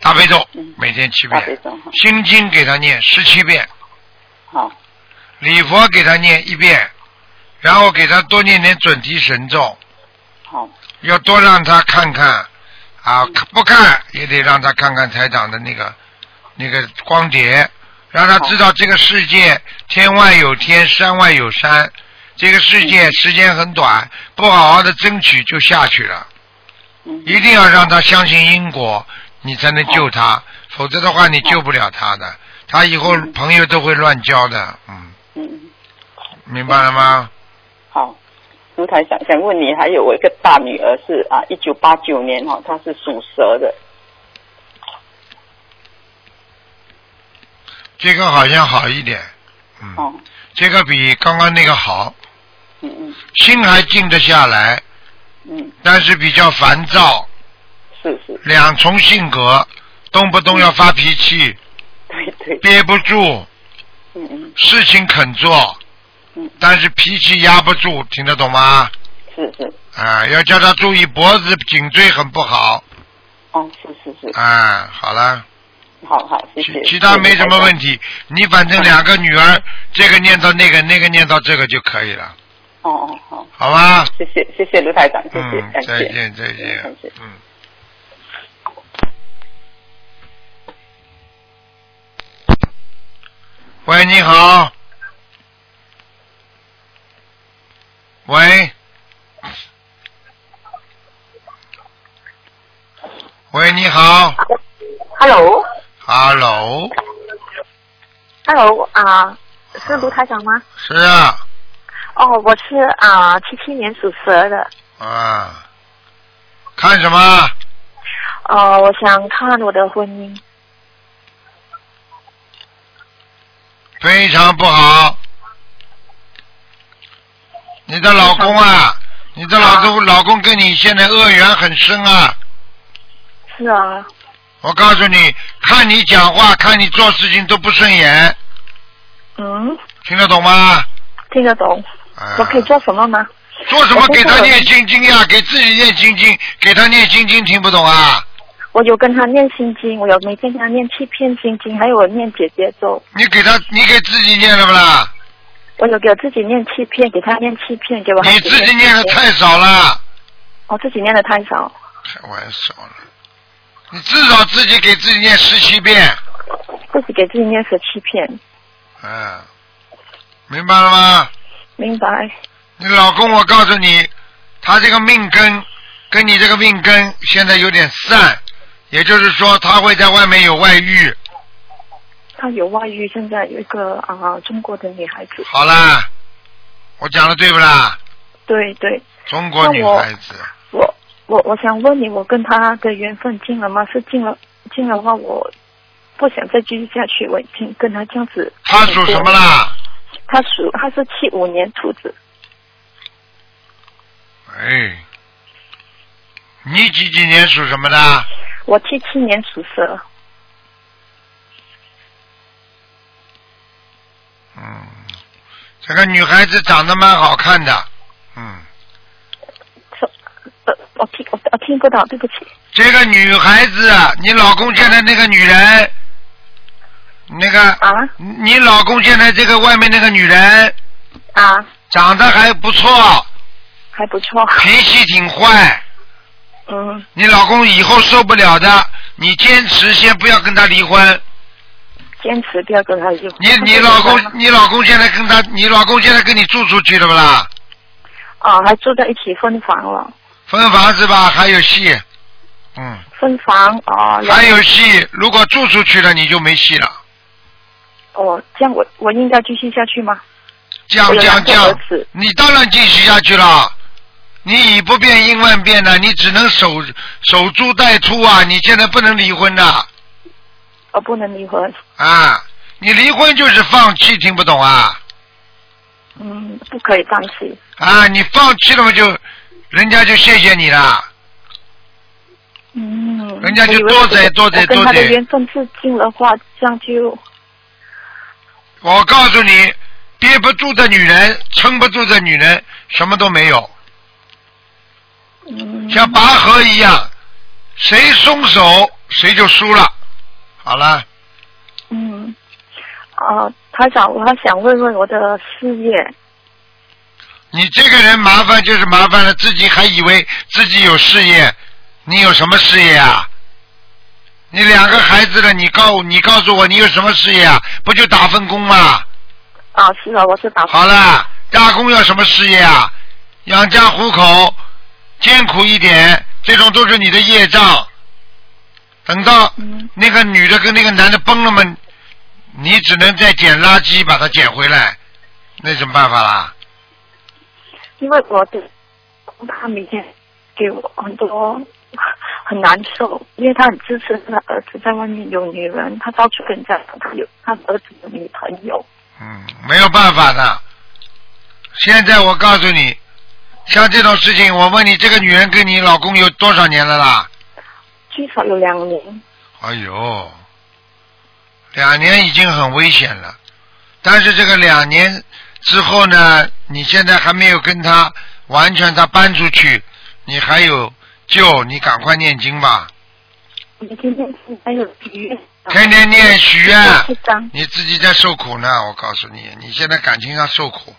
大悲咒
嗯，
每天七
大悲
遍；
咒哈，
心经给他念十七遍，
好，
礼佛给他念一遍，然后给他多念点准提神咒，
好，嗯
要多让他看看啊，不看也得让他看看台长的那个那个光碟，让他知道这个世界天外有天，山外有山。这个世
嗯
界时间很短，不好好的争取就下去了。
嗯
一定要让他相信因果，你才能救他，否则的话你救不了他的。他以后朋友都会乱交的，嗯，
嗯嗯，
明白了吗？
好。卢台想想问你，还有我一个大女儿是啊，一九八九年哈、哦，她是属蛇的，
这个好像好一点，嗯，
哦，
这个比刚刚那个好，
嗯嗯
心还静得下来，
嗯，
但是比较烦躁，
是是，
两重性格，动不动要发脾气，
对对，
憋不住，
嗯嗯
事情肯做
嗯，
但是脾气压不住，听得懂吗？
是是，
啊，要叫他注意脖子、颈椎很不好。
哦是是是，
啊，好了，
好好谢
其
谢。
其他没什么问题，你反正两个女儿，这个念到那个，那个念到这个就可以了，
哦哦好，
好吧？
谢谢谢谢卢台长，谢谢
嗯，
感，
再
谢。
见，再
哎
见
感谢，
嗯。喂，你好。喂。喂，你好
Hello，Hello
，Hello，
啊、是卢台长吗？
是啊，
哦，我是啊，七、7七年属蛇的。
啊，看什么？
呃，我想看我的婚姻。
非常不好。你的老公啊，你的老公、老公跟你现在恶缘很深啊！
是啊，
我告诉你，看你讲话，看你做事情都不顺眼，
嗯，
听得懂吗？
听得懂。
啊、
我可以做什么吗？
做什么？
我不
给他
会
念心经呀、给自己念心经，给他念心经，听不懂啊？
我有跟他念心经，我有每天跟他念七片心经，还有我念姐姐咒，
你给他，你给自己念了不啦？
我有给我自己念七片，给他念七片，给我
你自己念的
的，
太少了。
我哦自己念的太少。
开玩笑了，你至少自己给自己念十七遍，
自己给自己念十七片，
嗯，明白了吗？
明白？
你老公，我告诉你，他这个命根跟你这个命根现在有点散，也就是说他会在外面有外遇。
他有外遇，现在有一个啊、中国的女孩子，
好啦，我讲的对不啦？
对对，
中国女孩子，
我我我想问你，我跟他的缘分尽了吗？是尽了，尽了的话，我不想再继续下去。我已经跟他这样子。
他属什么？啦？
他属他是七五年兔子，
哎，你几几年属什么的？
我七七年属蛇。
嗯，这个女孩子长得蛮好看的，嗯。
是呃，我听我我听不到，对不起。
这个女孩子，你老公现在那个女人，那个，你你老公现在这个外面那个女人
啊，
长得还不错，
还不错。
脾气挺坏，
嗯，
你老公以后受不了的，你坚持先不要跟他离婚。
坚持不要跟他离婚。
你你老公你老公现在跟他，你老公现在跟你住出去了不啦？
啊，还住在一起分房了，
分房是吧？还有戏，嗯，
分房啊。然后
还有戏。如果住出去了，你就没戏了。
哦，这样我我应该继续下去吗？
讲
我有两
讲
个
讲
儿子，
你当然继续下去了。你以不变应万变呢，你只能守守株待兔啊！你现在不能离婚的
我哦不能离婚。
啊！你离婚就是放弃，听不懂啊？
嗯，不可以放弃。
啊，你放弃了嘛就，人家就谢谢你了。
嗯。
人家就
我以为
多嘴
我
多嘴
我跟
多
他的
嘴
缘分至尽的话，这样就
我告诉你，憋不住的女人，撑不住的女人，什么都没有。
嗯。
像拔河一样，谁松手谁就输了。好了，
嗯。啊，他想我还想问问我的事业，
你这个人麻烦就是麻烦了，自己还以为自己有事业，你有什么事业啊？你两个孩子了，你告你告诉我你有什么事业啊？不就打份工吗？
啊，是啊，我是打
好了，打工要什么事业啊？养家糊口，艰苦一点，这种都是你的业障。等到那个女的跟那个男的崩了嘛，你只能再捡垃圾把它捡回来，那有什么办法啦？
因为我的他每天给我很多很难受，因为他很支持他的儿子在外面有女人，他到处跟人家讲他有他儿子有女朋友。
嗯，没有办法的。现在我告诉你，像这种事情，我问你，这个女人跟你老公有多少年了啦？
最少有两年。
哎呦，两年已经很危险了，但是这个两年之后呢，你现在还没有跟他完全他搬出去，你还有救，你赶快念经吧，
我们今天还有许愿，
天天念许愿
一张，
你自己在受苦呢，我告诉你，你现在感情上受苦，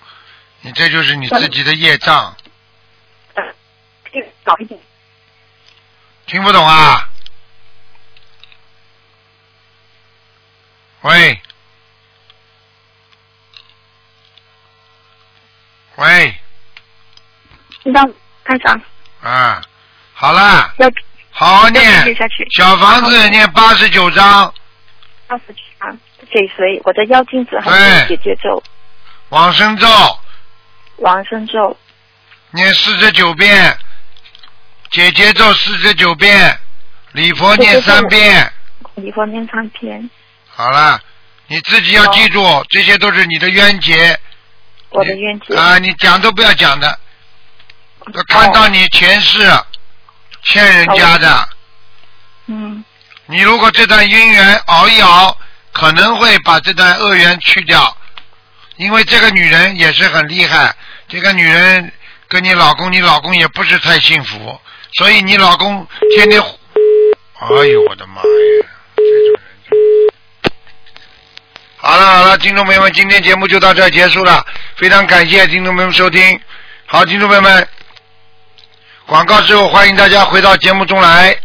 你这就是你自己的业障，
早一点。
听不懂啊？喂，喂。
知道开长
啊，好啦，
要
好好
要继
念
续下去
小房子念八十九章，
二十张给谁？我的妖精子还
哎
是姐姐咒、
往生咒
往生咒、
念四十九遍，姐姐咒四十九遍，礼佛念三遍。
离婚念三篇。
好了，你自己要记住，这些都是你的冤结。
我的冤结
啊，你讲都不要讲的，要看到你前世欠人家的。
嗯，
你如果这段姻缘熬一熬，可能会把这段恶缘去掉，因为这个女人也是很厉害，这个女人跟你老公，你老公也不是太幸福，所以你老公天天，哎呦我的妈呀，这种人真。好了好了，听众朋友们，今天节目就到这儿结束了，非常感谢听众朋友们收听。好，听众朋友们，广告之后欢迎大家回到节目中来。